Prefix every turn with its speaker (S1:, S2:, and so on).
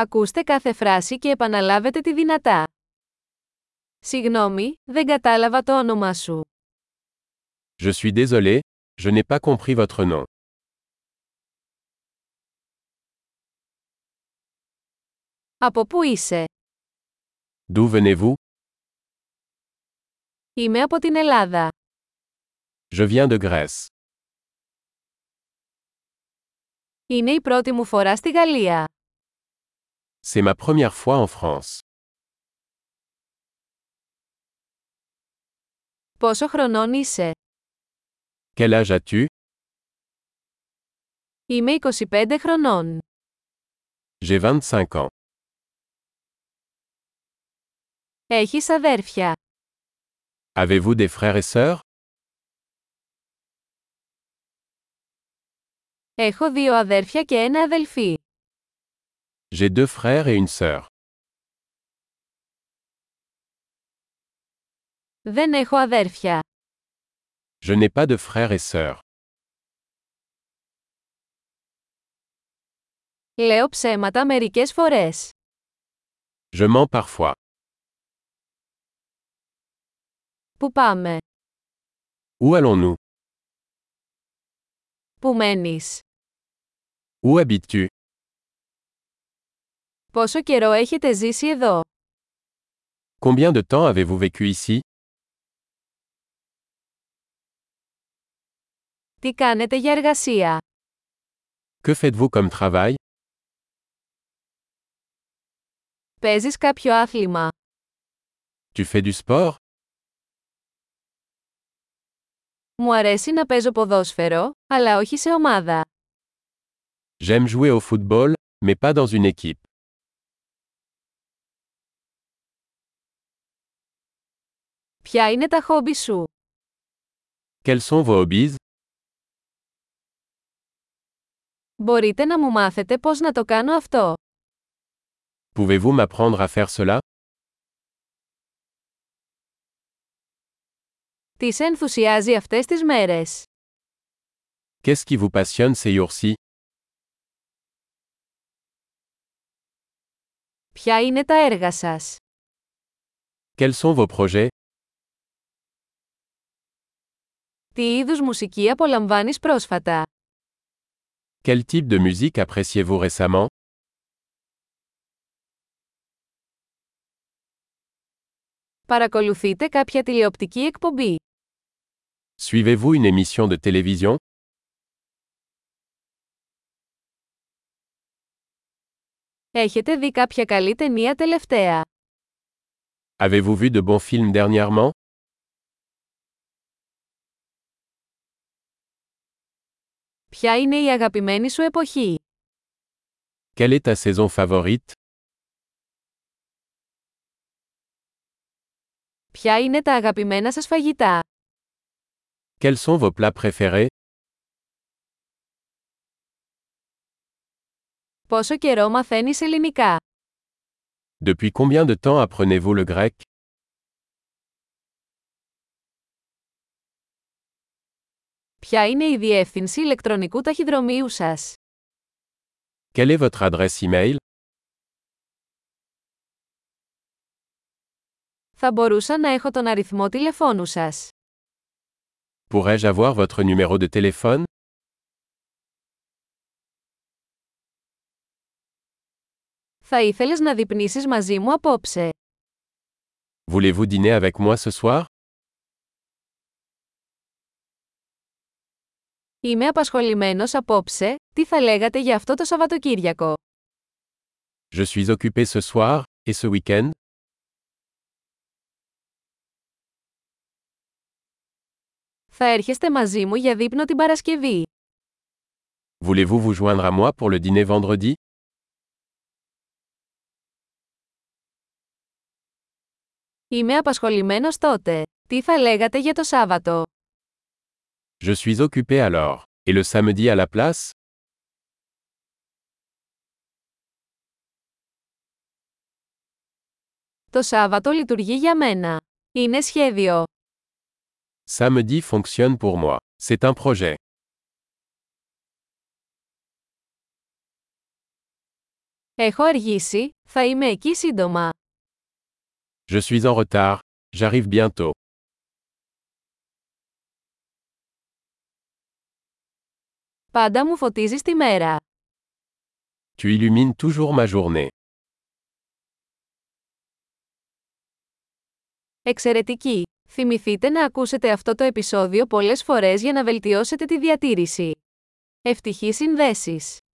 S1: Ακούστε κάθε φράση και επαναλάβετε τη δυνατά. Συγγνώμη, δεν κατάλαβα το όνομά σου.
S2: Je suis désolé, je n'ai pas compris votre nom.
S1: Από πού είσαι?
S2: D'où venez-vous
S1: Είμαι από την Ελλάδα.
S2: Je viens de Grèce.
S1: Είναι η πρώτη μου φορά στη Γαλλία.
S2: C'est ma première fois en France.
S1: Πόσο χρονών είσαι?
S2: Quel âge as-tu
S1: Είμαι 25 χρονών.
S2: J'ai 25 ans.
S1: Έχεις αδέρφια.
S2: Avez-vous des frères et sœurs
S1: Έχω δύο αδέρφια και ένα αδελφή.
S2: J'ai deux frères et une sœur.
S1: Δεν έχω αδέρφια.
S2: Je n'ai pas de frères et sœurs.
S1: Λέω ψέματα μερικές φορές.
S2: Je mens parfois.
S1: Πού πάμε?
S2: Où allons-nous
S1: Πού μένεις?
S2: Où habites-tu
S1: Πόσο καιρό έχετε ζήσει εδώ?
S2: Combien de temps avez-vous vécu ici
S1: Τι κάνετε για εργασία?
S2: Que faites-vous comme travail
S1: Παίζεις κάποιο άθλημα?
S2: Tu fais du sport
S1: Μου αρέσει να παίζω ποδόσφαιρο, αλλά όχι σε ομάδα.
S2: J'aime jouer au football, mais pas dans une équipe.
S1: Ποια είναι τα χόμπι σου?
S2: Quels sont vos hobbies
S1: Μπορείτε να μου μάθετε πώς να το κάνω αυτό.
S2: Pouvez-vous m'apprendre à faire cela
S1: Τις σε ενθουσιάζει αυτές τις μέρες?
S2: Qu'est-ce qui vous passionne ces jours-ci
S1: Ποια είναι τα έργα σας?
S2: Quels sont vos projets
S1: Τι είδους μουσική απολαμβάνεις πρόσφατα?
S2: Quel type de musique appréciez-vous récemment
S1: Παρακολουθείτε κάποια τηλεοπτική εκπομπή.
S2: Suivez-vous une émission de télévision
S1: Έχετε δει κάποια καλή ταινία τελευταία.
S2: Avez-vous vu de bons films dernièrement
S1: Ποια είναι η αγαπημένη σου εποχή?
S2: Quelle est ta saison favorite
S1: Ποια είναι τα αγαπημένα σας φαγητά?
S2: Quels sont vos plats préférés
S1: Πόσο καιρό μαθαίνεις ελληνικά?
S2: Depuis combien de temps apprenez-vous le grec
S1: Ποια είναι η διεύθυνση ηλεκτρονικού ταχυδρομείου σας?
S2: Quelle est votre adresse e-mail
S1: Θα μπορούσα να έχω τον αριθμό τηλεφώνου σας.
S2: Pourrais-je avoir votre numéro de téléphone
S1: Θα ήθελες να δείπνήσεις μαζί μου απόψε.
S2: Voulez-vous dîner avec moi ce soir
S1: Είμαι απασχολημένος απόψε, τι θα λέγατε για αυτό το Σαββατοκύριακο.
S2: Je suis occupé ce soir, et ce week-end
S1: Θα έρχεστε μαζί μου για δείπνο την Παρασκευή.
S2: Voulez-vous vous joindre à moi pour le dîner vendredi
S1: Είμαι απασχολημένος τότε. Τι θα λέγατε για το Σάββατο.
S2: Je suis occupé alors. Et le samedi à la place
S1: Το Σάββατο λειτουργεί για μένα. Είναι σχέδιο.
S2: Samedi fonctionne pour moi. C'est un projet.
S1: Έχω αργήσει, θα είμαι εκεί σύντομα.
S2: Je suis en retard, j'arrive bientôt.
S1: Πάντα μου φωτίζεις τη μέρα.
S2: Tu illumines toujours ma journée.
S1: Εξαιρετική! Θυμηθείτε να ακούσετε αυτό το επεισόδιο πολλές φορές για να βελτιώσετε τη διατήρηση. Ευτυχή συνδέσεις!